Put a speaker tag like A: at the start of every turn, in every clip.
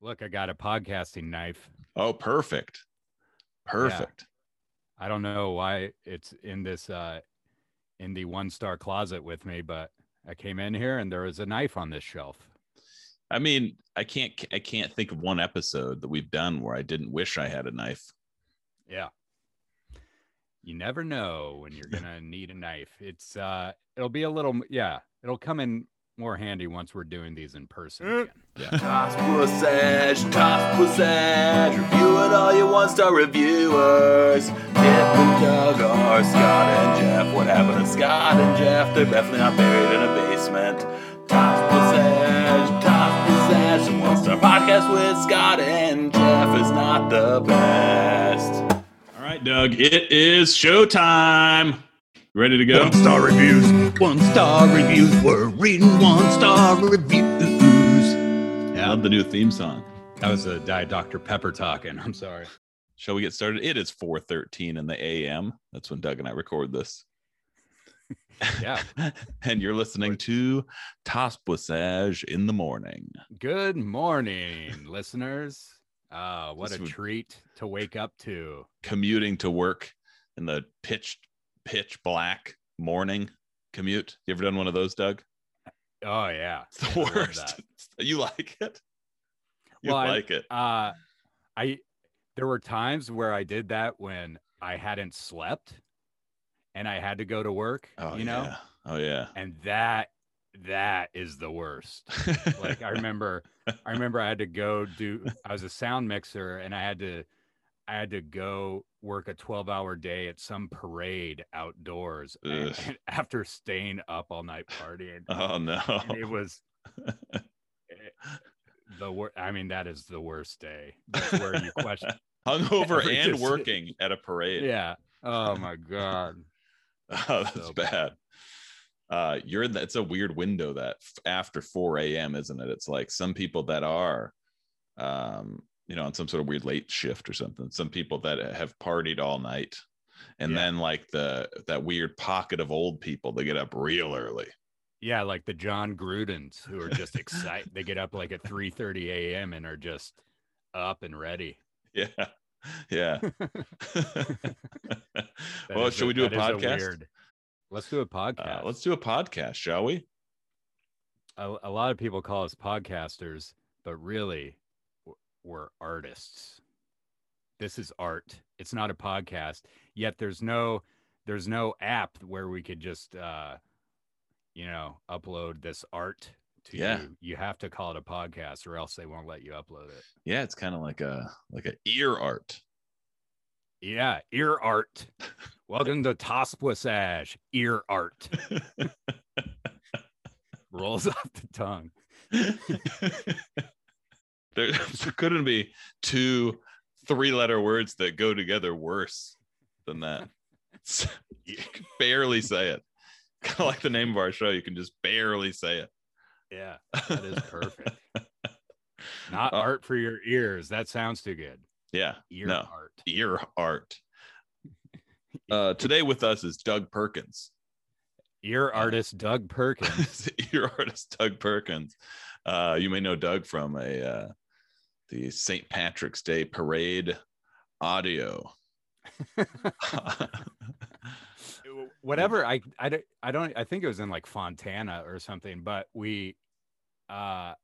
A: Look, I got a podcasting knife.
B: Oh, perfect. Perfect.
A: I don't know why it's in this uh in the one star closet with me, but I came in here and there was a knife on this shelf.
B: I mean, I can't I can't think of one episode that we've done where I didn't wish I had a knife.
A: Yeah. You never know when you're gonna need a knife. It's uh it'll be a little yeah, it'll come in more handy once we're doing these in person
C: Mm.
A: again.
D: Toss Pussage, Toss Pussage, review it all you one star reviewers. Kip and Doug are Scott and Jeff. What happened to Scott and Jeff? They're definitely not buried in a basement. Toss Pussage, Toss Pussage, the one star podcast with Scott and Jeff is not the best.
B: All right, Doug, it is showtime. Ready to go?
E: One star reviews. One star reviews. We're reading one star reviews.
B: I love the new theme song.
A: That was a Diet Dr. Pepper talking. I'm sorry.
B: Shall we get started? It is 4:13 in the AM. That's when Doug and I record this.
A: Yeah.
B: and you're listening to Tospussage in the morning.
A: Good morning, listeners. Uh, what
B: This
A: a
B: would-
A: treat to wake up to.
B: Commuting to work in the pitch pitch black morning commute. You ever done one of those, Doug?
A: Oh yeah.
B: It's the
A: I love
B: worst. You like it? You
A: Well, I-
B: like it.
A: that. Uh I there were times where I did that when I hadn't slept and I had to go to work,
B: Oh,
A: you know?
B: yeah. Oh yeah.
A: And that that is the worst. like I remember I remember I had to go do I was a sound mixer and I had to I had to go work a 12 hour day at some parade outdoors and-
B: Ugh.
A: and after staying up all night partying.
B: Oh
A: And it
B: no.
A: was eh, the worst I mean that is the worst day. That's where you question
B: Hungover
A: Every
B: and
A: decision.
B: working at a parade.
A: Yeah. Oh my god.
B: Oh, that's
A: So
B: bad. Uh, you're in that's a weird window that f- after 4 a.m., isn't it? It's like some people that are, um, you know, on some sort of weird late shift or something. Some people that have partied all night, and
A: Yeah.
B: then like the that weird pocket of old people that get up real early.
A: Yeah, like the John Grudens who are just excited. they get up like at 3 30 a.m. and are just up and ready.
B: Yeah, yeah.
A: That
B: well,
A: is
B: should we do a
A: that is
B: podcast?
A: weird- Let's do a
B: Uh,
A: podcast.
B: let's do a podcast, shall we?
A: a, a lot of people call us podcasters, but really, w- we're artists. This is art. It's not a podcast. Yet there's no there's no app where we could just uh, you know upload this art to
B: Yeah.
A: you. You have to call it a podcast, or else they won't let you upload it.
B: Yeah, it's kind of like a like a ear art.
A: Yeah, ear art. Welcome to Tospus Ash ear art. Rolls off the tongue.
B: there, there couldn't be two three letter words that go together worse than that. you can barely say it. Kind of like the name of our show, you can just barely say it.
A: Yeah, that is perfect. Not art for your ears. That sounds too good.
B: yeah,
A: Ear
B: No.
A: art.
B: ear art. Uh, today with us is Doug Perkins.
A: Ear artist Doug Perkins.
B: ear artist Doug Perkins. Uh, you may know Doug from a uh, the St. Patrick's Day parade audio.
A: Whatever I, I don't- I don't I think it was in like Fontana or something, but we uh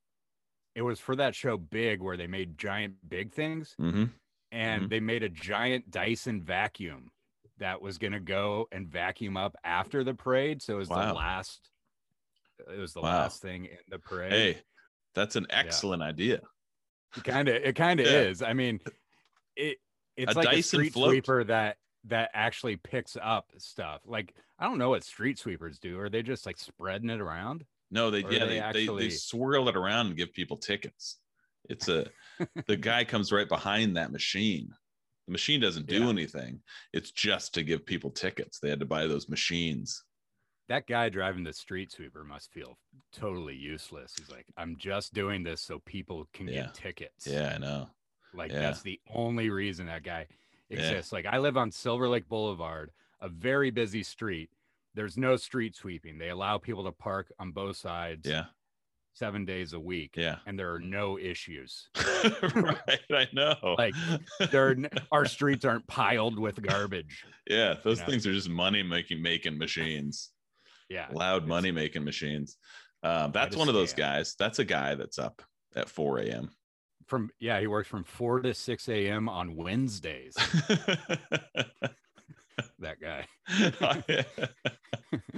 A: it was for that show Big where they made giant big things.
B: hmm
A: and
B: Mhm.
A: they made a giant Dyson vacuum that was going to go and vacuum up after the parade. So it was
B: Wow.
A: the last. uh, It was the
B: Wow.
A: last thing in the parade.
B: Hey, that's an excellent idea.
A: It kind of, it kind of
B: Yeah.
A: is. I mean, it it's
B: A
A: like a
B: Dyson
A: street
B: float.
A: sweeper that that actually picks up stuff. Like I don't know what street sweepers do. Are they just like spreading it around?
B: No, they
A: Or they
B: yeah they, they, they
A: actually-
B: swirl it around and give people tickets. It's a the guy comes right behind that machine. The machine doesn't do
A: Yeah.
B: anything. It's just to give people tickets. They had to buy those machines.
A: That guy driving the street sweeper must feel totally useless. He's like, I'm just doing this so people can
B: Yeah.
A: get tickets.
B: Yeah, I know.
A: Like
B: Yeah.
A: that's the only reason that guy
B: Yeah.
A: exists. Like I live on Silver Lake Boulevard, a very busy street. There's no street sweeping. They allow people to park on both sides.
B: Yeah.
A: seven days a week
B: Yeah.
A: and there are no issues.
B: right. I know.
A: Like, There are, n- our streets aren't piled with garbage.
B: yeah, those
A: know.
B: things are just money making making machines.
A: Yeah.
B: loud
A: it's-
B: money making machines. Um, that's
A: a
B: one of those
A: scam.
B: guys. That's a guy that's up at 4 a.m.
A: From yeah, he works from four to six a.m. on Wednesdays. that guy.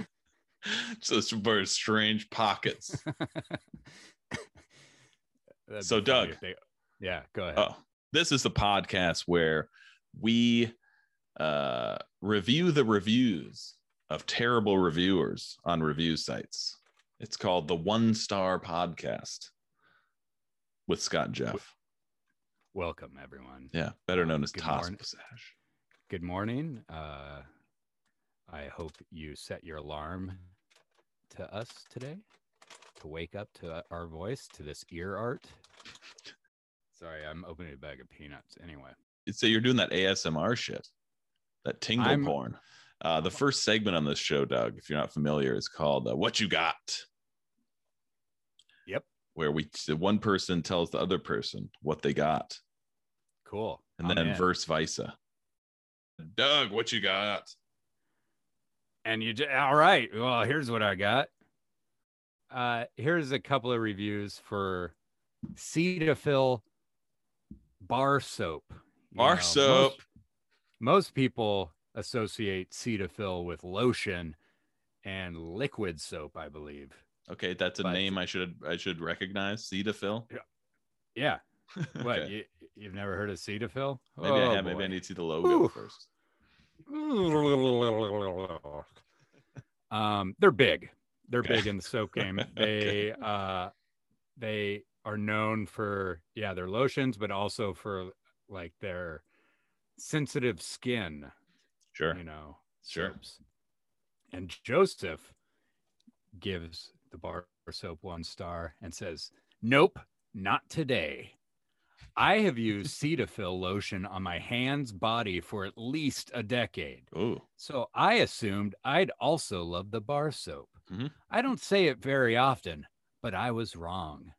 B: Just very strange pockets.
A: That'd
B: So,
A: be funny
B: Doug.
A: if they- yeah, go ahead.
B: Oh, this is the podcast where we uh, review the reviews of terrible reviewers on review sites. It's called the One Star Podcast with Scott and Jeff.
A: Welcome everyone.
B: Yeah, better known as
A: Good
B: Toss
A: morning.
B: Passage.
A: Good morning. Uh, I hope you set your alarm to us today to wake up to uh, our voice to this ear art. Sorry, I'm opening a bag of peanuts. Anyway,
B: so you're doing that ASMR shit, that tingle
A: I'm-
B: porn. Uh, the first segment on this show, Doug, if you're not familiar, is called uh, "What You Got."
A: Yep.
B: Where we the one person tells the other person what they got,
A: cool.
B: and
A: I'm
B: then
A: in.
B: verse versa. Doug, what you got?
A: and you just, all right well here's what i got uh here's a couple of reviews for cetaphil bar soap You
B: Bar
A: most-
B: soap.
A: most people associate cetaphil with lotion and liquid soap i believe
B: Okay, that's a
A: But-
B: name I should I should recognize. Cetaphil.
A: yeah what
B: Okay.
A: you, you've never heard of cetaphil
B: Maybe I
A: Oh,
B: have. Maybe I
A: boy.
B: need to see the logo
A: Ooh.
B: first.
A: um, they're big. They're
B: Okay.
A: big in the soap game. They uh, they are known for yeah their lotions, but also for like their sensitive skin.
B: Sure.
A: You know,
B: Sure.
A: soaps. And Joseph gives the bar soap one star and says, "Nope, not today." I have used Cetaphil lotion on my hands, body for at least a decade.
B: Ooh.
A: So I assumed I'd also love the bar soap.
B: Mhm.
A: I don't say it very often, but I was wrong.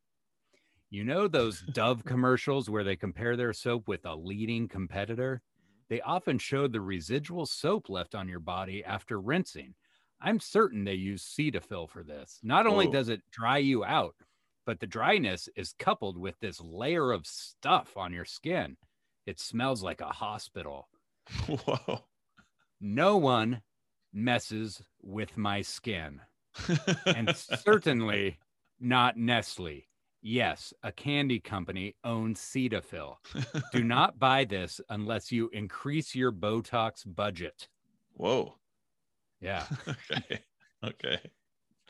A: You know those Dove commercials where they compare their soap with a leading competitor? They often show the residual soap left on your body after rinsing. I'm certain they use Cetaphil for this. Not only
B: Oh.
A: does it dry you out, but the dryness is coupled with this layer of stuff on your skin. It smells like a hospital.
B: Whoa.
A: No one messes with my skin, and certainly not Nestle. Yes, a candy company owns Cetaphil. Do not buy this unless you increase your Botox budget.
B: Whoa.
A: Yeah,
B: okay. Okay.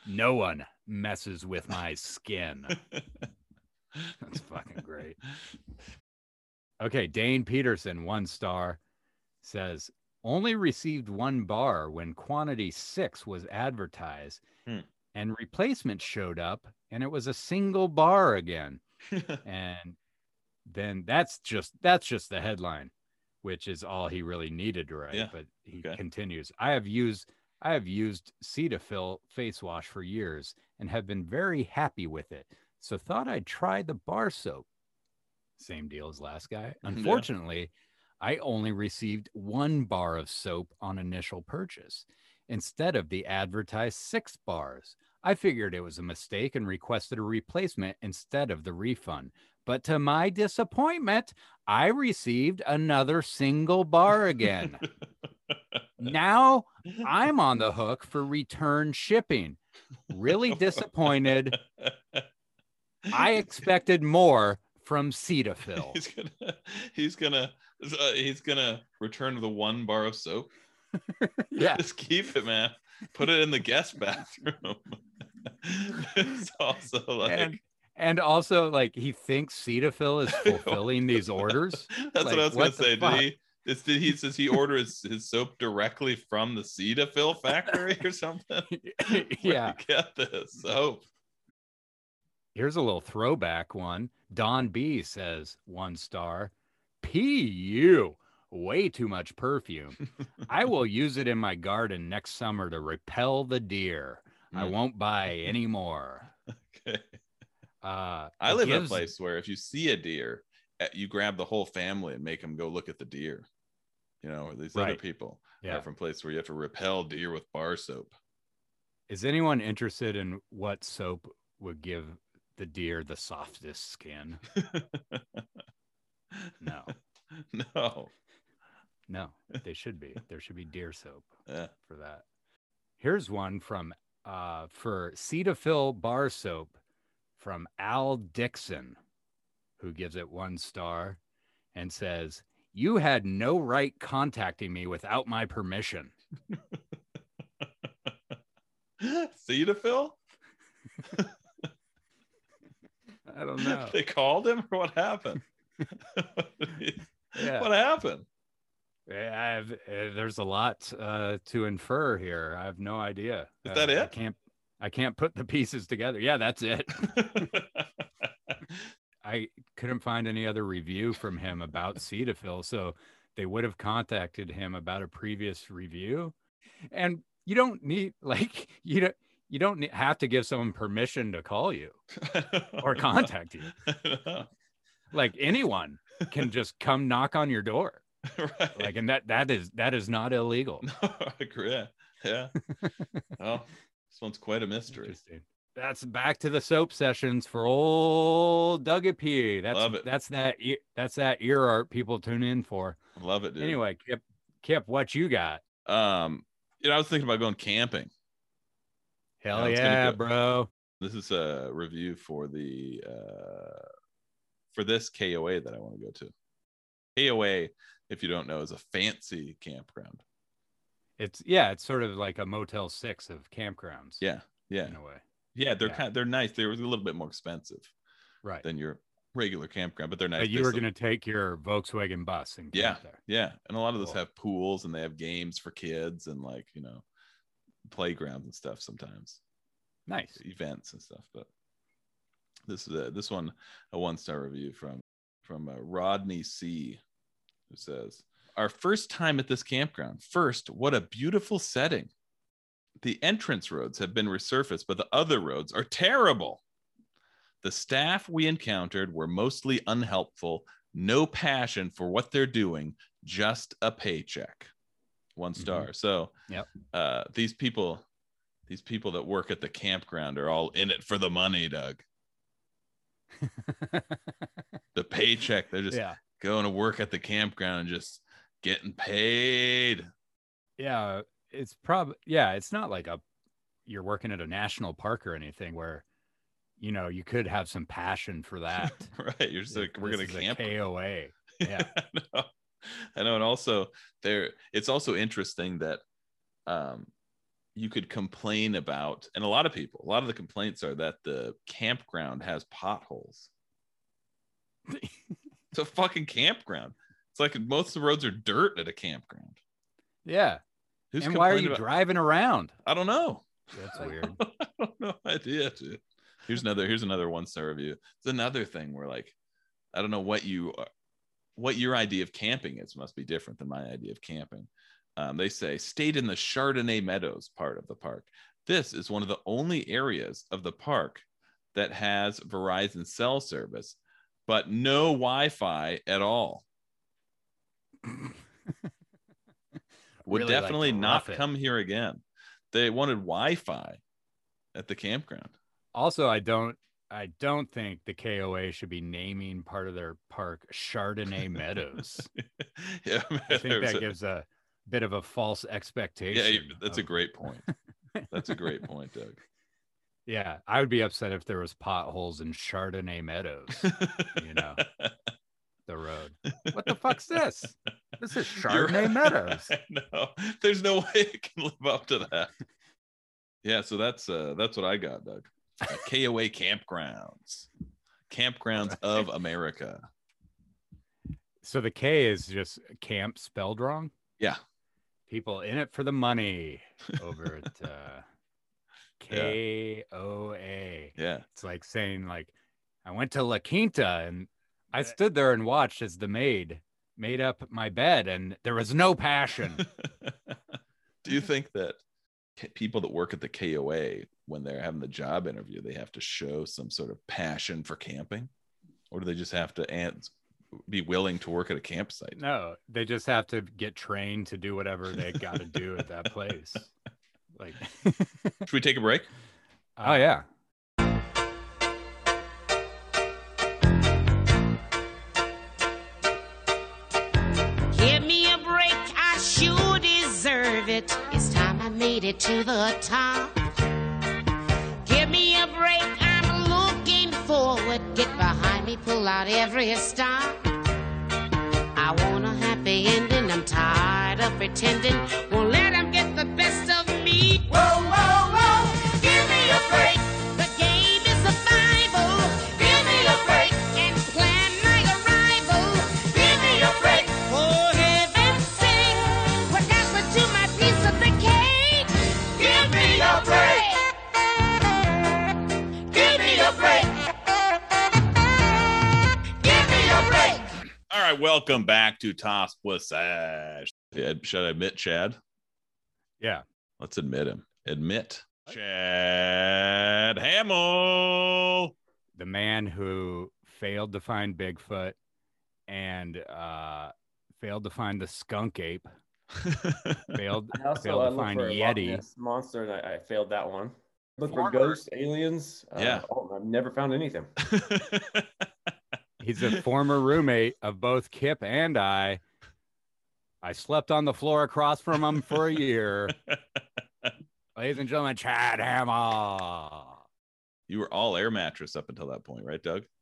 A: no one messes with my skin. That's fucking great. Okay, Dane Peterson, one star, says only received one bar when quantity six was advertised,
B: Hmm.
A: and replacement showed up, and it was a single bar again. And then that's just that's just the headline, which is all he really needed to write.
B: Yeah,
A: But he
B: okay.
A: continues. I have used I have used Cetaphil face wash for years and have been very happy with it. So thought I'd try the bar soap. Same deal as last guy.
B: Yeah.
A: Unfortunately, I only received one bar of soap on initial purchase instead of the advertised six bars. I figured it was a mistake and requested a replacement instead of the refund. But to my disappointment, I received another single bar again. now I'm on the hook for return shipping. Really disappointed. I expected more from Cetaphil.
B: He's gonna. He's gonna. uh, he's gonna return the one bar of soap.
A: yeah.
B: Just keep it, man. Put it in the guest bathroom. it's also like
A: And, and also, like, he thinks Cetaphil is fulfilling these orders. like,
B: that's what I was gonna
A: what the
B: say. Did
A: fuck?
B: he? Is, did he says he orders his soap directly from the Cetaphil factory or something? Where'd he
A: yeah.
B: get this soap.
A: Here's a little throwback one. Don B says one star. PU, way too much perfume. I will use it in my garden next summer to repel the deer. I
B: Mm.
A: won't buy any more.
B: Okay.
A: Uh,
B: I
A: it
B: live in a
A: gives-
B: place where if you see a deer, eh, you grab the whole family and make them go look at the deer. You know, or these other
A: Right.
B: people
A: Yeah.
B: are from a place where you have to repel deer with bar soap.
A: Is anyone interested in what soap would give the deer the softest skin? No,
B: no.
A: no, they should be. There should be deer soap
B: Eh,
A: for that. Here's one from uh, for Cetaphil bar soap from Al Dixon, who gives it one star and says, You had no right contacting me without my permission.
B: see to Phil?
A: I don't know.
B: they called him or what happened?
A: Yeah.
B: What happened?
A: Yeah, I've, uh, there's a lot uh, to infer here. I have no idea.
B: Is
A: Uh,
B: that
A: I
B: it?
A: can't. I can't put the pieces together. Yeah, that's it. I couldn't find any other review from him about Cetaphil, so they would have contacted him about a previous review. And you don't need like you don't you don't ne- have to give someone permission to call you or contact you. Like anyone can just come knock on your door.
B: right.
A: Like and that that is that is not illegal.
B: No, I agree. Yeah. oh, this one's quite a mystery.
A: Interesting. That's back to the soap sessions for old Dougie P. That's
B: Love it.
A: that's that ear- that's that ear art people tune in for.
B: Love it, dude.
A: Anyway, Kip, Kip, what you got?
B: um, you know, I was thinking about going camping.
A: Hell
B: Yeah, it's gonna
A: yeah,
B: go-
A: bro.
B: This is a review for the uh, for this KOA that I want to go to. KOA, if you don't know, is a fancy campground.
A: It's yeah, it's sort of like a Motel Six of campgrounds.
B: Yeah, yeah,
A: in a way.
B: yeah. They're
A: Yeah.
B: kind, they're nice. They're a little bit more expensive
A: Right.
B: than your regular campground, but they're nice.
A: but you
B: They
A: were
B: still-
A: gonna take your Volkswagen bus and
B: Yeah.
A: camp there.
B: Yeah, and a lot of those
A: Cool.
B: have pools and they have games for kids and like you know playgrounds and stuff sometimes
A: Nice.
B: events and stuff. But this is a, this one a one star review from from uh, Rodney C, who says, "Our first time at this campground. First, what a beautiful setting! The entrance roads have been resurfaced, but the other roads are terrible. The staff we encountered were mostly unhelpful." No passion for what they're doing, just a paycheck. One
A: Mhm.
B: star. So,
A: Yep.
B: uh, these people these people that work at the campground are all in it for the money, Doug. The paycheck. They're just
A: yeah.
B: going to work at the campground and just getting paid.
A: Yeah. It's probably yeah, it's not like a you're working at a national park or anything where you know you could have some passion for that.
B: right. You're just like, we're
A: This
B: gonna
A: is a
B: camp.
A: KOA. Yeah.
B: I know. I know. And also there it's also interesting that um you could complain about and a lot of people, a lot of the complaints are that the campground has potholes. it's a fucking campground. It's like most of the roads are dirt at a campground.
A: Yeah.
B: Who's
A: and why are
B: complaining
A: you
B: about-
A: driving around?
B: I don't know.
A: That's weird.
B: I don't know idea, dude. Here's another. Here's another one star review. It's another thing where like, I don't know what you, what your idea of camping is must be different than my idea of camping. Um, they say stayed in the Chardonnay Meadows part of the park. This is one of the only areas of the park that has Verizon cell service, but no Wi-Fi at all. Would
A: Really like to
B: definitely
A: rough
B: not
A: it.
B: come here again. They wanted Wi-Fi at the campground.
A: Also, I don't I don't think the KOA should be naming part of their park Chardonnay Meadows.
B: yeah,
A: I think
B: there's
A: that
B: a-
A: gives a bit of a false
B: yeah,
A: expectation.
B: you- that's a
A: of-
B: great point. That's a great point, Doug.
A: Yeah, I would be upset if there was potholes in Chardonnay Meadows, you know, the road. What the fuck's this? This is
B: You're
A: Chardonnay
B: right.
A: Meadows.
B: no, there's no way it can live up to that. Yeah, so that's uh that's what I got, Doug. Uh, KOA campgrounds, campgrounds of America.
A: So the K is just camp spelled wrong.
B: Yeah.
A: People in it for the money over at uh, K O A.
B: Yeah,
A: It's like saying like I went to La Quinta and I stood there and watched as the maid made up my bed and there was no passion.
B: Do you think that ca- people that work at the KOA when they're having the job interview, they have to show some sort of passion for camping, or do they just have to ans- be willing to work at a campsite?
A: No, they just have to get trained to do whatever they got to do at that place. Like,
B: Should we take a break?
A: oh yeah,
C: Give me a break, I sure deserve it. It's time I made it to the top. Give me a break, I'm looking forward. Get behind me, pull out every stop. I want a happy ending, I'm tired of pretending. Won't let 'em get the best of me. Whoa, whoa, whoa, give me a break. The game is the Bible. Give me a break and plan my arrival. Give me a break. For heaven's sake, what happened to my piece of the cake? Give me a break. Give me a break. Give me a break.
B: All right, welcome back to Toss Passage. Yeah, should I admit Chad?
A: yeah.
B: Let's admit him. Admit Chad Hamill.
A: The man who failed to find Bigfoot and uh, failed to find the skunk ape, failed,
F: I also
A: failed
F: uh,
A: to
F: looked
A: find
F: for a Loch
A: Yeti.
F: Ness monster, and I, I failed that one. Look
A: Former-
F: for ghosts, aliens. Uh,
B: Yeah.
F: oh, I've never found anything.
A: He's a former roommate of both Kip and I. I slept on the floor across from him for a year. Ladies and gentlemen, Chad Hamill.
B: you were all air mattress up until that point, right, Doug?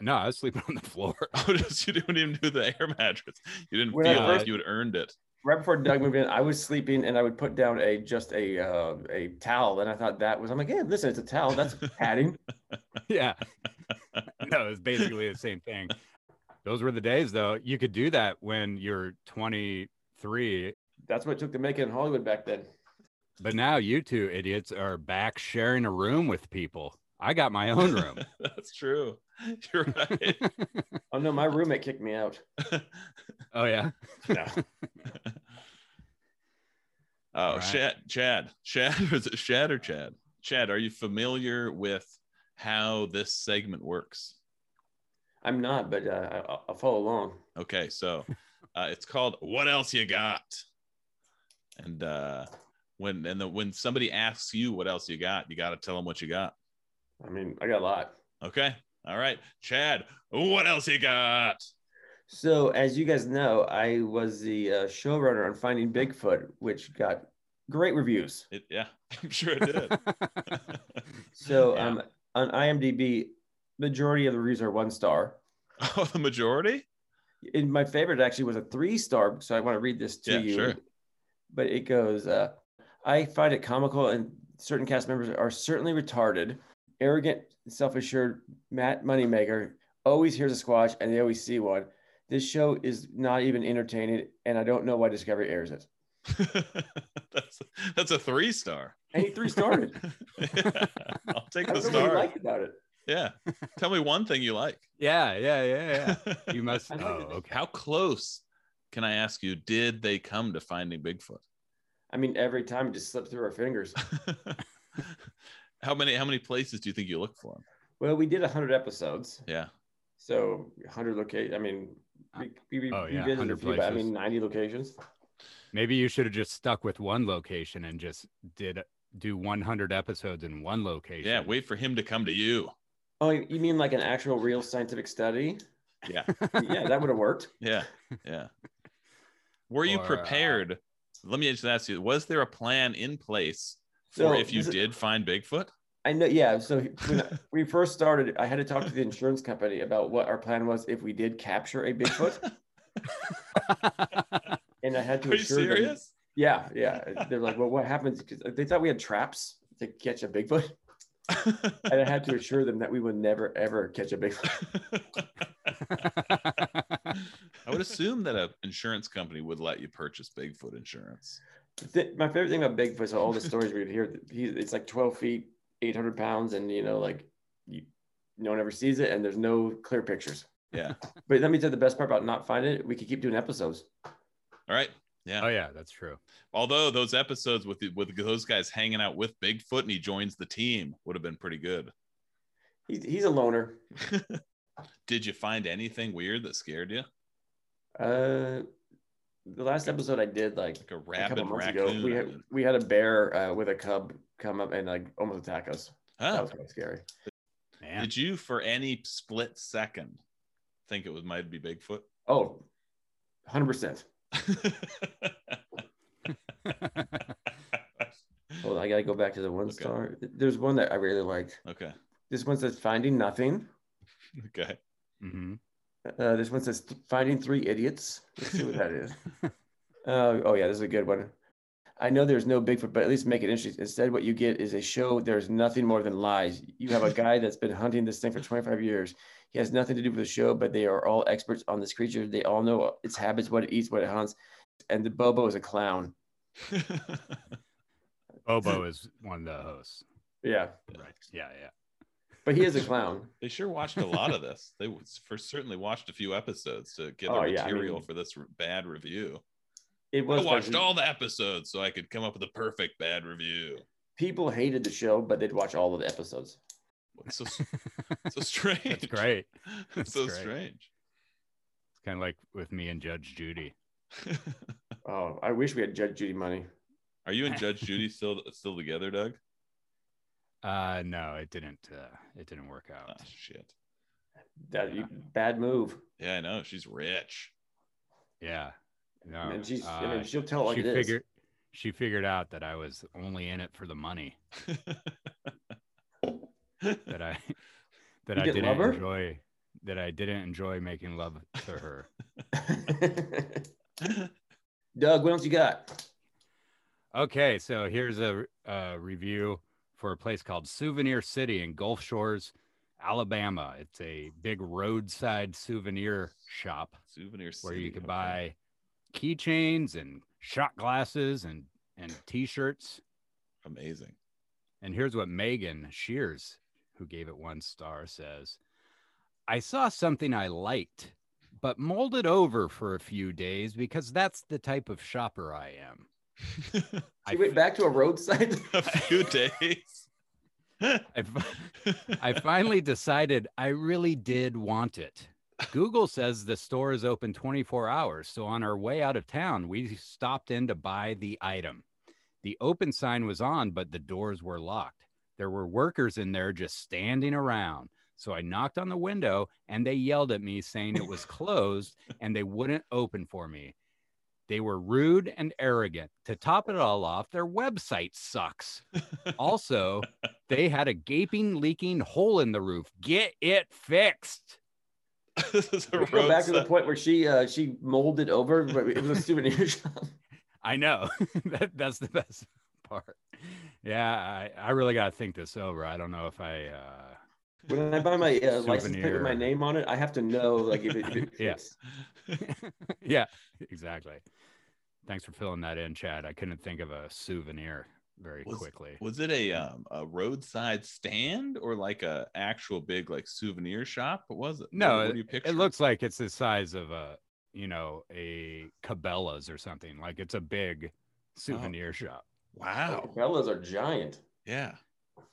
A: No, I was sleeping on the floor.
B: Oh, just you didn't even do the air mattress. You didn't
F: When I
B: feel like
F: first-
B: you had earned it.
F: Right before Doug moved in, I was sleeping, and I would put down a just a uh, a towel, and I thought that was. I'm like, yeah, listen, it's a towel. That's padding.
A: yeah. No, it's basically the same thing. Those were the days, though. You could do that when you're 23,
F: That's what it took to make it in Hollywood back then.
A: but now you two idiots are back sharing a room with people. I got my own room.
B: That's true. You're right.
F: Oh no, my roommate kicked me out.
A: oh, yeah.
F: No.
B: Oh,
A: Right.
B: Chad, Chad, Chad, is it Chad or Chad? Chad, are you familiar with how this segment works?
F: I'm not, but uh, I- I'll, I'll follow along.
B: Okay, so uh, it's called "What Else You Got," and uh, when and the, when somebody asks you what else you got, you got to tell them what you got.
F: I mean, I got a lot.
B: Okay, all right, Chad, what else you got?
F: So, as you guys know, I was the uh, showrunner on Finding Bigfoot, which got great reviews.
B: It, yeah, I'm sure it did.
F: So,
B: Yeah.
F: um, on IMDb, majority of the reviews are one star.
B: oh, the majority.
F: And my favorite actually was a three star. So, I want to read this to
B: Yeah,
F: you.
B: sure.
F: But it goes, uh, I find it comical, and certain cast members are certainly retarded, arrogant, self assured. Matt Moneymaker always hears a squash and they always see one. This show is not even entertaining, and I don't know why Discovery airs it.
B: that's that's a three star.
F: And he three started.
B: Yeah, I'll take
F: I
B: the
F: don't know
B: star.
F: what you like about it.
B: Yeah. Tell me one thing you like.
A: Yeah, yeah, yeah, yeah. You must.
F: I like
A: Oh,
F: it.
A: okay.
B: How close can I ask you, did they come to finding Bigfoot?
F: I mean, every time it just slips through our fingers.
B: how many how many places do you think you look for him?
F: Well, we did 100 episodes.
B: Yeah.
F: So 100 locations. I mean, we, we, we
A: Oh, yeah,
F: revisited a
A: 100
F: few, but I
A: places.
F: mean, 90 locations.
A: Maybe you should have just stuck with one location and just did do 100 episodes in one location.
B: Yeah, wait for him to come to you.
F: Oh, you you mean like an actual real scientific study?
B: Yeah.
F: yeah, that would have worked.
B: Yeah. Yeah. Were you
A: Or, uh,
B: prepared? Let me just ask you, was there a plan in place
F: So
B: for if you
F: this is-
B: did find Bigfoot?
F: I know. Yeah. So when we first started, I had to talk to the insurance company about what our plan was if we did capture a Bigfoot. and I had to
B: Are you
F: assure them-
B: serious?
F: Yeah. Yeah. They're like, well, what happens? Because they thought we had traps to catch a Bigfoot. and I had to assure them that we would never ever catch a big.
B: I would assume that an insurance company would let you purchase Bigfoot insurance.
F: Th- My favorite thing about Bigfoot is all the stories we would hear. that He, it's like twelve feet, eight hundred pounds, and you know, like you, no one ever sees it, and there's no clear pictures.
B: Yeah.
F: But let me tell you the best part about not finding it. We could keep doing episodes.
B: All right. Yeah.
A: Oh yeah, that's true.
B: Although those episodes with with those guys hanging out with Bigfoot and he joins the team would have been pretty good.
F: He's, he's a loner.
B: Did you find anything weird that scared you?
F: Uh, the last episode I did like
B: Like a
F: a
B: rabid
F: couple months
B: raccoon?
F: ago, we had, we had a bear uh, with a cub come up and like almost attack us.
B: Huh?
F: That was kind of scary.
A: Man.
B: Did you, for any split second, think it was might be Bigfoot?
F: Oh, 100%. Hold on, I got to go back to the one
B: Okay.
F: star. There's one that I really liked.
B: okay.
F: This one says Finding Nothing.
B: Okay.
A: Mhm.
F: Uh, this one says th- Finding Three Idiots. Let's see what that is. Uh, oh, yeah, this is a good one. I know there's no Bigfoot, but at least make it interesting. Instead, what you get is a show there's nothing more than lies. You have a guy that's been hunting this thing for 25 years. He has nothing to do with the show, but they are all experts on this creature. They all know its habits, what it eats, what it hunts. And the Bobo is a clown.
A: Bobo is one of the hosts.
F: Yeah.
A: Right. Yeah, yeah.
F: But he is a clown.
B: they sure watched a lot of this. They was- for certainly watched a few episodes to get
F: Oh,
B: their
F: yeah, I
B: material
F: mean-
B: for this r- bad review.
F: It
B: I
F: was
B: watched
F: fun.
B: all the episodes so I could come up with a perfect bad review.
F: people hated the show, but they'd watch all of the episodes.
B: It's so so strange.
A: That's great.
B: It's
A: That's
B: so
A: great.
B: strange.
A: It's kind of like with me and Judge Judy.
F: Oh, I wish we had Judge Judy money.
B: Are you and Judge Judy still still together, Doug?
A: Uh no, it didn't uh it didn't work
B: Oh,
A: out.
B: shit.
F: That you, bad move.
B: Yeah, I know. She's rich.
A: Yeah. No.
F: and then she's,
A: uh,
F: I mean, she'll tell it like
A: she
F: it is.
A: figured she figured out that I was only in it for the money. That I that
F: You
A: I
F: didn't
A: didn't
F: love her?
A: enjoy that I didn't enjoy making love to her.
F: Doug, what else you got?
A: Okay, so here's a uh, review for a place called Souvenir City in Gulf Shores, Alabama. It's a big roadside souvenir shop
B: Souvenir
A: where
B: City,
A: you can
B: okay.
A: buy keychains and shot glasses and and t-shirts.
B: Amazing.
A: And here's what Megan Shears, who gave it one star, says I saw something I liked, but molded over for a few days because that's the type of shopper I am. I
F: She went back to a roadside.
B: a few days.
A: I, I finally decided I really did want it. Google says the store is open 24 hours. So on our way out of town, we stopped in to buy the item. The open sign was on, but the doors were locked. There were workers in there just standing around. So I knocked on the window and they yelled at me saying it was closed and they wouldn't open for me. They were rude and arrogant. To top it all off, their website sucks. Also, they had a gaping, leaking hole in the roof. Get it fixed.
B: this is a
F: We go back to the
B: roadside.
F: point where she uh, she molded over, but it was a souvenir shop.
A: I know that, that's the best part. Yeah, I, I really got to think this over. I don't know if I, uh,
F: When I buy my uh, license plate
A: Souvenir.
F: with my name on it, I have to know like if it, if it
A: Yeah.
F: fits.
A: yeah, exactly. Thanks for filling that in, Chad. I couldn't think of a souvenir very
B: Was-
A: quickly.
B: Was it a um a roadside stand or like a actual big like souvenir shop? What was it?
A: No,
B: what, what do you picture?
A: It looks like it's the size of a, you know, a Cabela's or something. Like it's a big
B: Oh.
A: souvenir shop.
B: wow.
F: Cabela's Oh, are giant.
B: Yeah.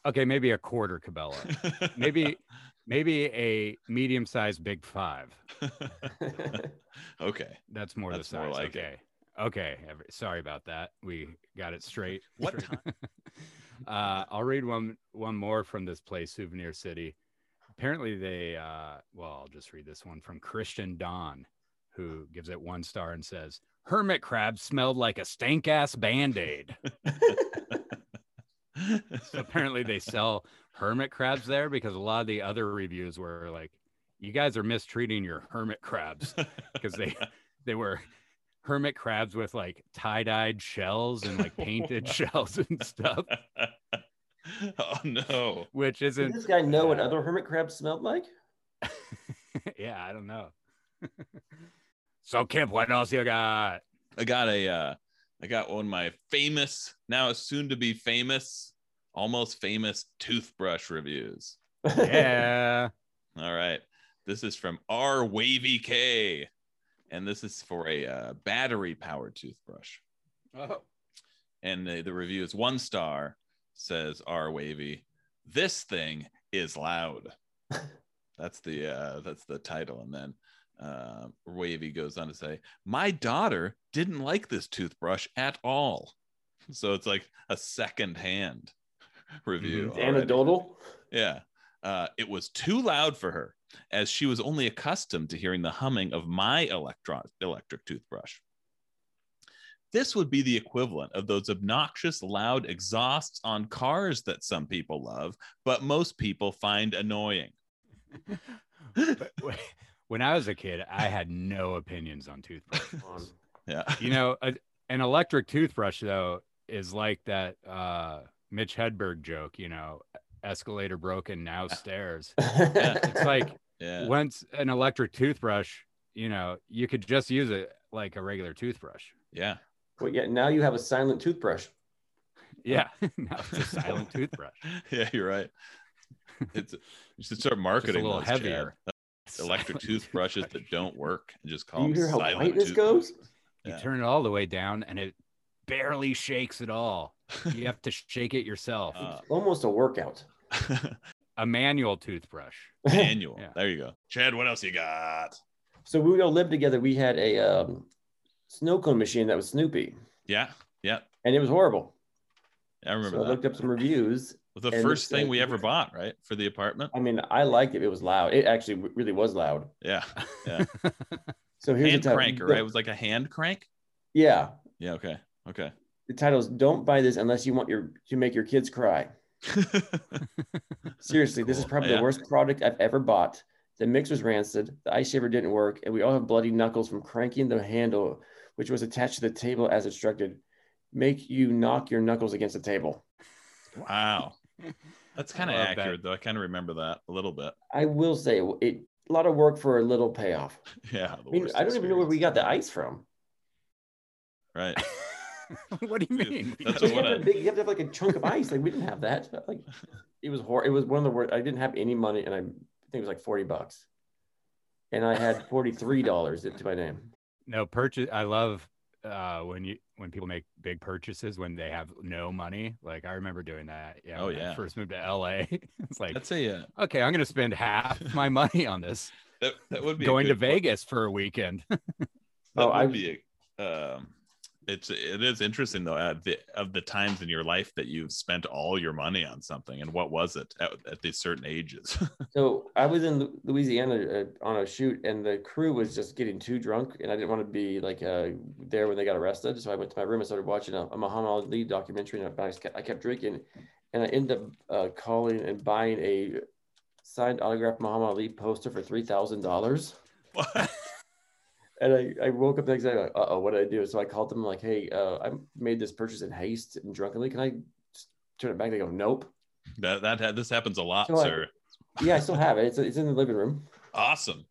A: Okay, maybe a quarter Cabela. maybe maybe a medium sized big five
B: okay.
A: that's more
B: That's
A: the
B: more
A: size
B: like
A: okay
B: it.
A: okay every, sorry about that we got it straight
B: What
A: uh i'll read one one more from this place souvenir city apparently they uh well i'll just read this one from christian don who gives it one star and says hermit crab smelled like a stank ass band-aid So apparently they sell hermit crabs there because a lot of the other reviews were like you guys are mistreating your hermit crabs because they they were hermit crabs with like tie-dyed shells and like painted shells and stuff
B: oh no.
A: which
F: Did
A: isn't
F: this guy know what other hermit crabs smelled like?
A: yeah i don't know so kemp what else you got
B: I got a uh I got one of my famous, now soon to be famous, almost famous toothbrush reviews.
A: yeah
B: All right. This is from R Wavy K. and this is for a uh, battery powered toothbrush.
A: Oh.
B: and the, the review is one star says r wavy this thing is loud that's the uh that's the title and then uh, wavy goes on to say my daughter didn't like this toothbrush at all so it's like a second hand review
F: It's
B: already.
F: anecdotal.
B: Yeah. Uh, it was too loud for her, as she was only accustomed to hearing the humming of my electron- electric toothbrush. This would be the equivalent of those obnoxious loud exhausts on cars that some people love, but most people find annoying.
A: But w- when I was a kid, I had no opinions on toothbrushes.
B: Yeah.
A: you know, a, an electric toothbrush though is like that uh, Mitch Hedberg joke. You know, escalator broken, now stairs. It's like
B: Yeah.
A: once an electric toothbrush, you know, you could just use it like a regular toothbrush.
B: Yeah.
F: Well, yeah, now you have a silent toothbrush.
A: Yeah, now it's a silent toothbrush.
B: Yeah. You're right. It's you should start marketing
A: little
B: those, Chad.
A: heavier. Silent
B: electric toothbrushes
A: toothbrush.
B: that don't work and just call
A: Oh,
F: Do you
B: them
F: hear how
B: silent
F: white this
B: toothbrushes.
F: goes?
A: You
B: Yeah.
A: turn it all the way down, and it barely shakes at all. You have to shake it yourself.
B: Uh,
F: Almost a workout.
A: a manual toothbrush.
B: Manual.
A: Yeah.
B: There you go. Chad, what else you got?
F: So when we all lived together. We had a um, snow cone machine that was Snoopy,
B: Yeah. Yeah.
F: and it was horrible.
B: I remember
F: so I
B: that.
F: looked up some reviews.
B: the
F: and
B: first
F: it's, uh,
B: thing we ever bought, right? For the apartment.
F: I mean, I liked it. It was loud. It actually w- really was loud.
B: Yeah.
F: So here's
B: hand
F: the title.
B: cranker, right? It was like a hand crank.
F: Yeah.
B: Yeah. Okay. Okay.
F: The title is "Don't buy this unless you want your to make your kids cry." Seriously, this is
B: Cool.
F: probably
B: Yeah.
F: the worst product I've ever bought. The mix was rancid, the ice shaver didn't work, and we all have bloody knuckles from cranking the handle, which was attached to the table as instructed. Make you knock your knuckles against the table.
B: wow. That's kind of
A: love that.
B: accurate, though. I kind of remember that a little bit.
F: I will say it a lot of work for a little payoff.
B: Yeah. the
F: I mean,
B: worst
F: I don't even know where we
B: experience.
F: got the ice from.
B: Right.
A: what do you
B: Dude,
A: mean?
B: that's
F: You
B: what
F: have,
B: I-
F: a big, you have to have like a chunk of ice. Like we didn't have that. Like it was hor- It was one of the worst. I didn't have any money, and I think it was like forty bucks, and I had forty three dollars to my name.
A: no purchase. I love uh, when you when people make big purchases when they have no money. Like I remember doing that. Yeah.
B: Oh,
A: when I
B: yeah.
A: first moved to LA, it's like
B: That's a uh,
A: okay, I'm gonna spend half my money on this.
B: that, that would be a
A: Going to
B: good point.
A: Vegas for a weekend.
B: That
F: Oh,
B: would
F: I've-
B: be a, um, it's it is interesting though at the, of the times in your life that you've spent all your money on something and what was it at, at these certain ages.
F: So I was in Lu- Louisiana uh, on a shoot, and the crew was just getting too drunk, and I didn't want to be like uh, there when they got arrested. So I went to my room and started watching a, a Muhammad Ali documentary, and I just kept, I kept drinking, and I ended up uh, calling and buying a signed autographed Muhammad Ali poster for three thousand dollars.
B: What?
F: And I, I woke up the next day like, uh oh, what did I do? So I called them like, hey, uh, I made this purchase in haste and drunkenly. Can I just turn it back? They go, nope.
B: that that ha- this happens a lot,
F: So I-
B: sir.
F: Yeah, I still have it. It's, it's in the living room.
B: Awesome.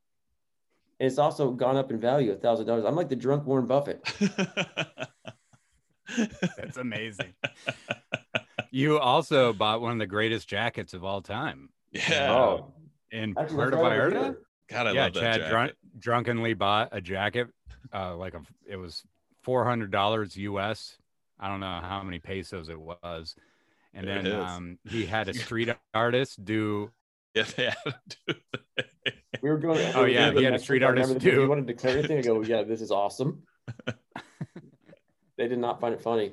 F: and it's also gone up in value a thousand dollars. I'm like the drunk Warren Buffett.
A: That's amazing. you also bought one of the greatest jackets of all time
B: yeah.
F: Oh,
A: in
F: that's
A: Puerto
F: right over
A: Vallarta.
F: here.
B: God, I
A: yeah,
B: love that.
A: Chad
B: jacket.
A: drunk, drunkenly bought a jacket, uh, like a, it was four hundred dollars U.S. I don't know how many pesos it was, and
B: There it
A: then
B: is.
A: um, he had a street artist do.
B: Yeah, they had to do that.
F: We were going.
B: Oh,
F: we were
B: yeah,
F: doing
B: he
F: the
A: had a
F: next
A: street
F: one. I remember
A: artist,
F: the-
A: too.
F: He wanted to declare anything. I go, yeah, this is awesome. they did not find it funny.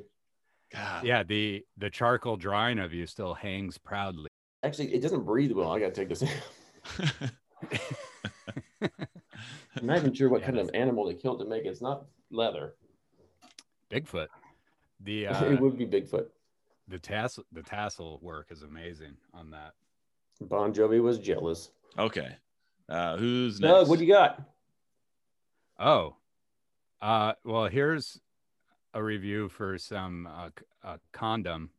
B: God.
A: Yeah, the the charcoal drawing of you still hangs proudly.
F: Actually, it doesn't breathe well. I gotta take this. I'm not even sure what kind of animal they killed to make it. It's not leather.
A: Bigfoot. The
F: it
A: uh,
F: would be Bigfoot.
A: the tassel the tassel work is amazing on that.
F: Bon Jovi was jealous.
B: okay. Uh, who's next?
F: Doug, what do you got?
A: Oh, uh, well, here's a review for some uh, c- uh, condom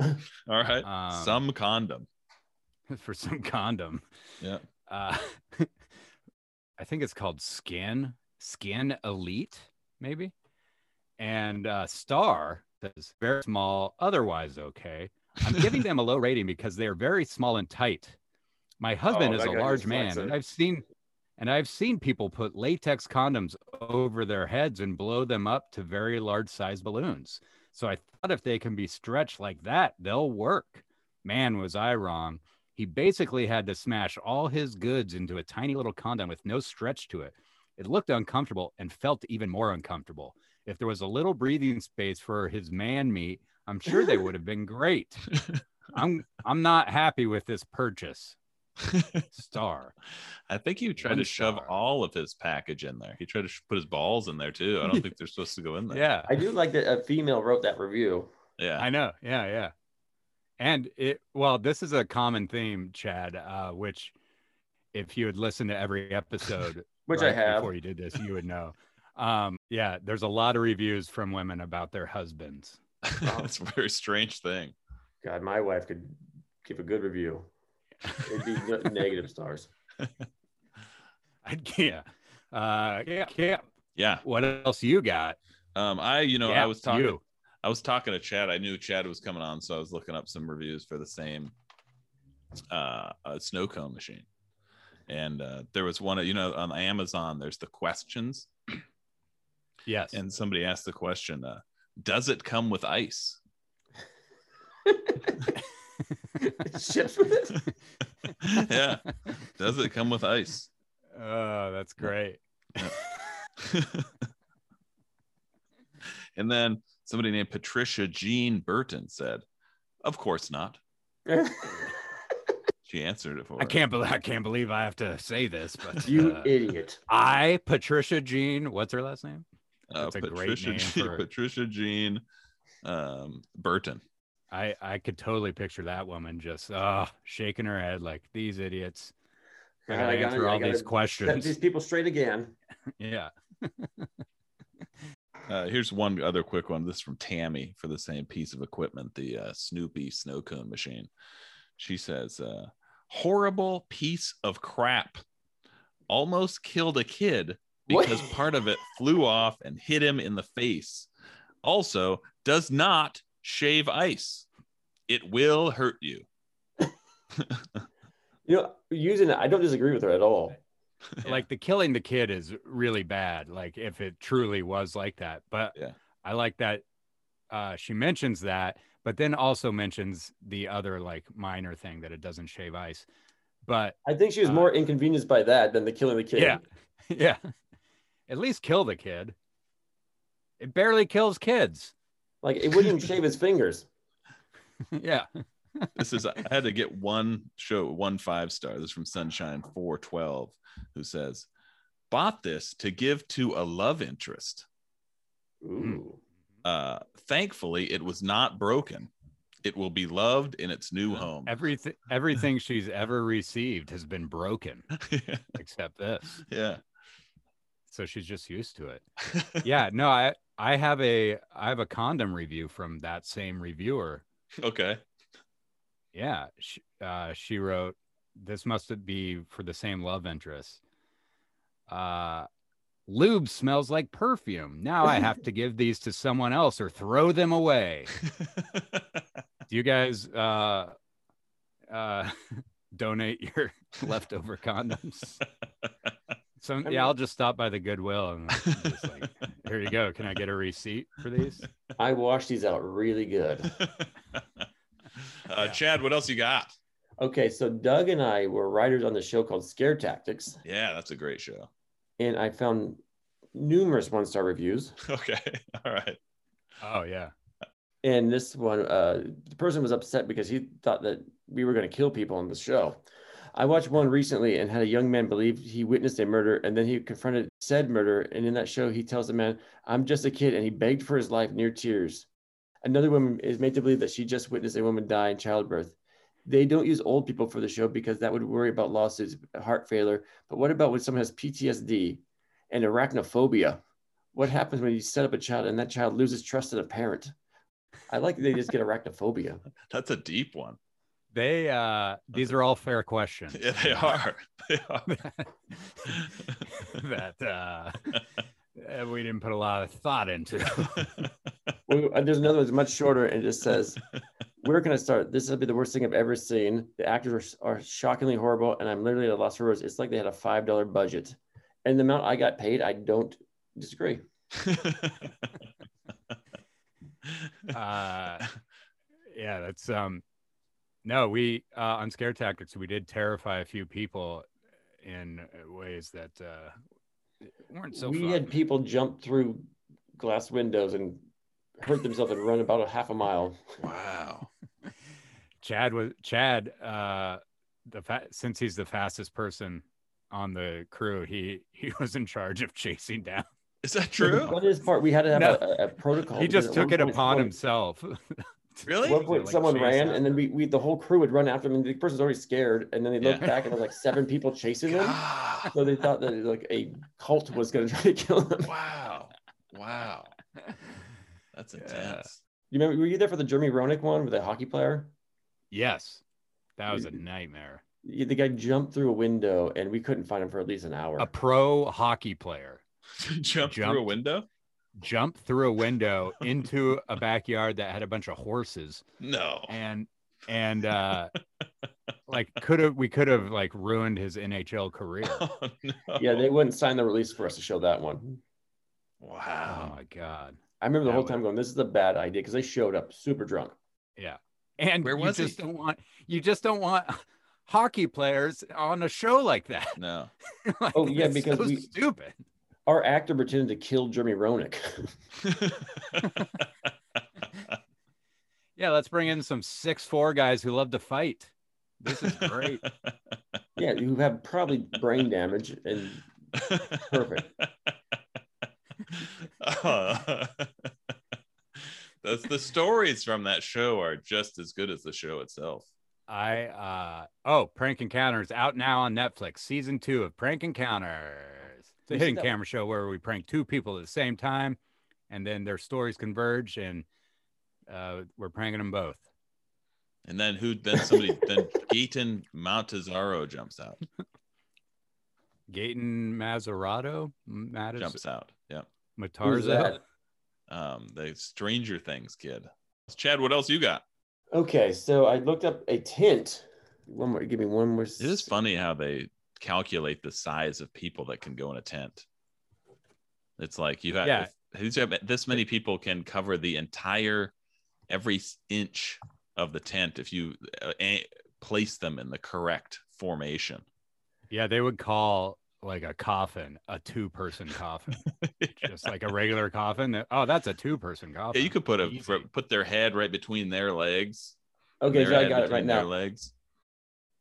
B: All right.
A: um,
B: Some condom.
A: for some condom.
B: Yeah.
A: Uh, I think it's called Skin Skin Elite, maybe. And uh, Star says very small, otherwise okay. I'm giving them a low rating because they are very small and tight. My husband
F: Oh,
A: is
F: that
A: a
F: guy eh?
A: large
F: just likes
A: man,
F: it.
A: and I've seen And I've seen people put latex condoms over their heads and blow them up to very large size balloons. So I thought if they can be stretched like that, they'll work. Man, was I wrong. He basically had to smash all his goods into a tiny little condom with no stretch to it. It looked uncomfortable and felt even more uncomfortable. If there was a little breathing space for his man meat, I'm sure they would have been great. I'm I'm not happy with this purchase. Star.
B: I think he tried
A: One
B: to shove
A: star.
B: all of his package in there. He tried to sh- put his balls in there too. I don't think they're supposed to go in there.
A: Yeah.
F: I do like that a female wrote that review.
B: Yeah.
A: I know. Yeah, yeah. And it well, this is a common theme, Chad, uh, which if you had listened to every episode
F: Which I
A: right
F: have.
A: before you did this, you would know. Um, yeah, there's a lot of reviews from women about their husbands.
B: That's a very strange thing.
F: God, my wife could give a good review. It'd be n- negative stars.
A: I can't. Uh, yeah, can't.
B: Yeah.
A: What else you got?
B: Um, I, you know,
A: Yeah,
B: I was talking
A: you.
B: I was talking to Chad. I knew Chad was coming on, so I was looking up some reviews for the same uh, uh snow cone machine. And uh, there was one, you know, on Amazon. There's the questions,
A: Yes.
B: and somebody asked the question, uh, "Does it come with ice?"
F: Ships with it.
B: yeah, does it come with ice?
A: Oh, that's great.
B: and then somebody named Patricia Jean Burton said, "Of course not." She answered it for.
A: I
B: us.
A: can't believe I can't believe I have to say this, but
F: you
A: uh,
F: idiot.
A: I Patricia Jean, what's her last name?
B: Uh,
A: That's a great
B: Patricia
A: name
B: Jean,
A: for-
B: Patricia Jean um, Burton.
A: I I could totally picture that woman just uh shaking her head like these idiots. I
F: God,
A: gotta
F: I gotta-
A: answer
F: I
A: all
F: gotta
A: these
F: set Set
A: questions.
F: these people straight again.
A: Yeah.
B: Uh, here's one other quick one. This is from Tammy for the same piece of equipment, the uh, Snoopy snow cone machine. She says, uh, "Horrible piece of crap. Almost killed a kid
F: What?
B: because part of it flew off and hit him in the face. Also, does not shave ice. It will hurt you."
F: You know, using it, I don't disagree with her at all.
B: Yeah.
A: Like the killing the kid is really bad, like if it truly was like that. But
B: Yeah.
A: I like that uh she mentions that, but then also mentions the other like minor thing that it doesn't shave ice. But
F: I think she was more inconvenienced by that than the killing the kid.
A: Uh, Yeah. yeah. At least kill the kid. It barely kills kids.
F: Like it wouldn't even shave his fingers.
A: yeah.
B: this is I had to get one show one five star. This is from Sunshine four twelve, who says, "Bought this to give to a love interest.
A: Hmm.
F: Ooh.
B: Uh, thankfully, it was not broken. It will be loved in its new home."
A: Everything everything she's ever received has been broken except this.
B: yeah,
A: So she's just used to it. Yeah, no, I I have a I have a condom review from that same reviewer.
B: okay.
A: Yeah, she, uh, she wrote this must be for the same love interest. Uh lube smells like perfume. Now I have to give these to someone else or throw them away. do you guys uh uh donate your leftover condoms so yeah i'll just stop by the goodwill and just like here you go can i get a receipt for these
F: I washed these out really good.
B: Uh, Chad, what else you got?
F: Okay, so Doug and I were writers on the show called Scare Tactics,
B: Yeah, that's a great show.
F: and I found numerous one star reviews.
B: Okay, all right.
A: oh yeah
F: And this one, uh, the person was upset because he thought that we were going to kill people on the show. I watched one recently and had a young man believe he witnessed a murder and then he confronted said murder. And in that show, he tells the man, I'm just a kid, and he begged for his life near tears. Another woman is made to believe that she just witnessed a woman die in childbirth. They don't use old people for the show because that would worry about lawsuits, heart failure. But what about when someone has PTSD and arachnophobia? What happens when you set up a child and that child loses trust in a parent? I like that they just get arachnophobia.
B: That's a deep one.
A: they uh these are all fair questions
B: Yeah, they are. They are.
A: that uh uh, we didn't put a lot of thought into
F: Well, uh, There's another one that's much shorter and it just says, Where can I start? This will be the worst thing I've ever seen. The actors are, are shockingly horrible, and I'm literally at a loss for words. It's like they had a five dollar budget, and the amount I got paid, I don't disagree.
A: uh yeah that's um no we uh on scare tactics we did terrify a few people in ways that uh weren't so
F: we
A: fun.
F: had people jump through glass windows and hurt themselves and run about a half a mile.
B: wow.
A: chad was chad uh the fa- since he's the fastest person on the crew he he was in charge of chasing down
B: Is that
F: The
B: true?
F: funniest part, we had to have
A: No.
F: a, a protocol.
A: he just
F: because at
A: took
F: one
A: it
F: point-
A: upon
F: one-
A: himself
F: At
B: Really?
F: one
A: to,
F: point,
A: like,
F: someone
A: chase
F: ran,
A: after
F: and then we, we the whole crew would run after him, and the person's already scared. And then they looked
B: Yeah.
F: back, and there was like seven people chasing them.
B: God.
F: So they thought that like a cult was going to try to kill him.
B: Wow. Wow. That's
A: Yeah.
B: intense.
F: You remember? Were you there for the Jeremy Roenick one with the hockey player?
A: yes that was a nightmare
F: Yeah, The guy jumped through a window, and we couldn't find him for at least an hour.
A: a pro hockey player
B: Jump through a
A: Jumped.
B: window?
A: jumped through a window into a backyard that had a bunch of horses
B: No.
F: Oh.
A: and and uh like could have we could have like ruined his NHL career. Oh
B: Oh, no.
F: yeah, they wouldn't sign the release for us to show that one.
B: Wow.
A: Oh my god.
F: I remember the
A: That
F: whole
A: would-
F: time going, "This is a bad idea," because they showed up super drunk.
A: And
B: Where
A: you
B: was
A: just
B: he?
A: don't want you just don't want hockey players on a show like that.
B: No.
A: Like,
F: Oh, yeah,
A: it's
F: because
A: so
F: we-
A: stupid.
F: Our actor pretended to kill Jeremy Roenick.
A: Yeah, let's bring in some six four guys who love to fight. This is great.
F: yeah, who have probably brain damage and Perfect.
B: Oh. That's the stories from that show are just as good as the show itself.
A: I uh oh, Prank Encounter is out now on Netflix. Season two of Prank Encounters. It's a
F: So you
A: hidden
F: said that-
A: camera show where we prank two people at the same time, and then their stories converge, and uh, we're pranking them both.
B: And then who? Then somebody. then Gaten Montezaro jumps out.
A: Gaten Maserado, Mattis,
B: Jumps out. Yeah.
F: Who's
A: Matarzo.
F: that?
B: Um, the Stranger Things kid. Chad, what else you got?
F: Okay, so I looked up a tent. One more, give me one more.
B: It is funny how they calculate the size of people that can go in a tent. It's like you have,
A: Yeah.
B: if- if you have- this many people can cover the entire every inch of the tent if you uh, eh, place them in the correct formation.
A: Yeah, they would call like a coffin a two person coffin, just like a regular coffin. Oh, that's a two person coffin.
B: Yeah, you could put a
A: Easy.
B: for- put their head right between their legs.
F: Okay,
B: their
F: so I
B: head
F: got it
B: between
F: right
B: their
F: now.
B: legs.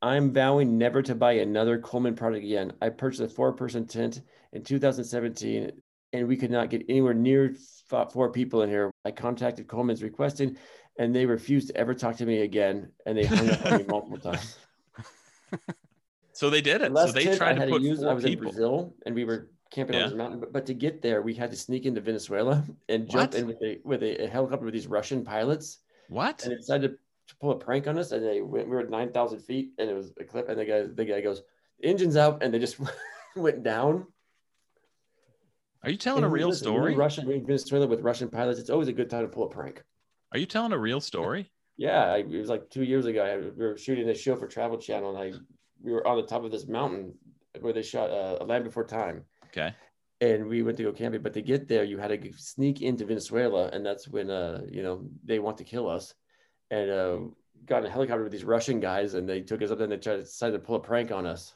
F: I'm vowing never to buy another Coleman product again. I purchased a four person tent in 2017 and we could not get anywhere near f- four people in here. I contacted Coleman's requesting and they refused to ever talk to me again. And they hung up on me multiple times.
B: So they did
F: The
B: it. so
F: Last
B: they
F: tent I
B: tried
F: had
B: to
F: to
B: put
F: use, I
B: four
F: was in
B: people.
F: Brazil and we were camping
B: Yeah.
F: on this mountain. But, but to get there, we had to sneak into Venezuela and jump
B: What?
F: in with, a, with a, a helicopter with these Russian pilots.
B: What?
F: and they decided to, to pull a prank on us. And they went, we were at 9,000 feet and it was a clip. And the guy, the guy goes, engine's out. And they just went down.
B: Are you telling a
F: And
B: real
F: listen, when
B: story?
F: you're Russian, when you're in Venezuela with Russian pilots. It's always a good time to pull a prank.
B: Are you telling a real story?
F: Yeah. I, it was like two years ago. I, we were shooting a show for Travel Channel and I, we were on the top of this mountain where they shot uh, A Land Before Time.
B: Okay.
F: And we went to go camping, but to get there, you had to g- sneak into Venezuela, and that's when uh, you know they want to kill us. And uh, got in a helicopter with these Russian guys, and they took us up, there and they tried to decide to pull a prank on us.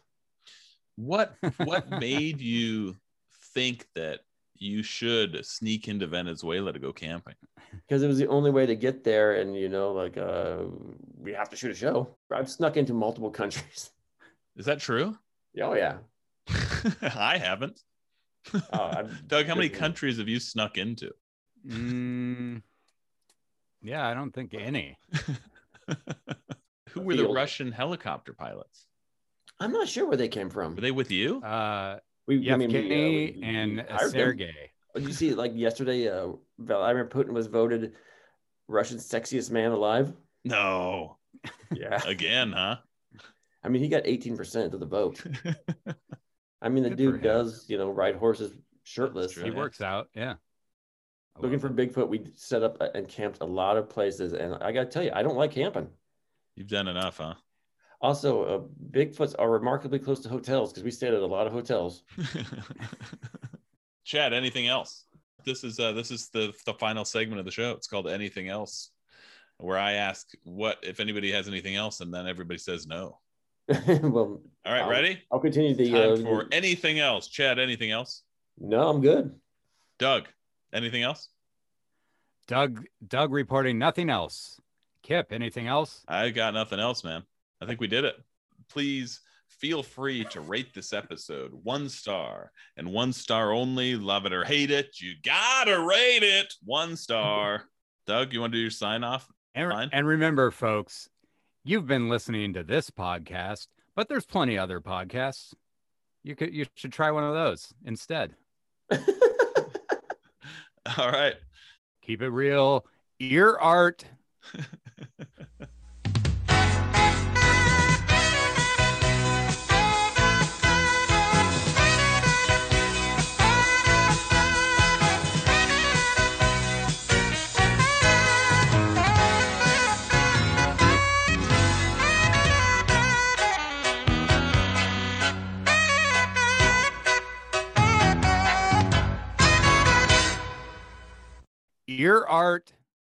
B: what what made you think that you should sneak into Venezuela to go camping?
F: because it was the only way to get there and you know like uh we have to shoot a show i've snuck into multiple countries
B: Is that true?
F: oh yeah
B: I haven't.
F: oh, I'm-
B: Doug, how many
F: good.
B: countries have you snuck into?
A: Mm, yeah, I don't think any.
B: Who were the
F: Field.
B: Russian helicopter pilots?
F: i'm not sure where they came from
B: Were they with you?
A: Uh,
F: we, I mean, we, uh,
A: Yevgeny
F: we-
A: and
F: we
A: uh,
F: hired them.
A: Sergey.
F: Oh, did you see like yesterday uh vladimir putin was voted russian sexiest man alive
B: No.
F: yeah
B: Again, huh?
F: i mean he got 18% of the vote i mean the
A: Good for
F: dude
A: him.
F: does you know ride horses shirtless
B: true.
A: He
B: Yeah.
A: works out. Yeah. I
F: Looking
A: love
F: for
A: it.
F: Bigfoot, we set up uh, and camped a lot of places, and I gotta tell you, I don't like camping.
B: You've done enough, huh?
F: Also, uh, Bigfoots are remarkably close to hotels because we stayed at a lot of hotels.
B: Chad, anything else? This is uh, this is the the final segment of the show. It's called Anything Else, where I ask what if anybody has anything else, and then everybody says no.
F: well,
B: All right,
F: Um,
B: ready?
F: I'll continue the. uh,
B: Time for anything else. Chad, anything else?
F: no, I'm good.
B: Doug, anything else?
A: Doug Doug reporting nothing else. Kip, anything else?
B: I got nothing else, man. I think we did it. Please feel free to rate this episode one star and one star only. Love it or hate it, you gotta rate it one star. Doug, you want to do your sign off?
A: And,
B: Fine.
A: and remember, folks, you've been listening to this podcast, but there's plenty other podcasts. You could you should try one of those instead.
B: All right.
A: Keep it real. Ear art. Ear art.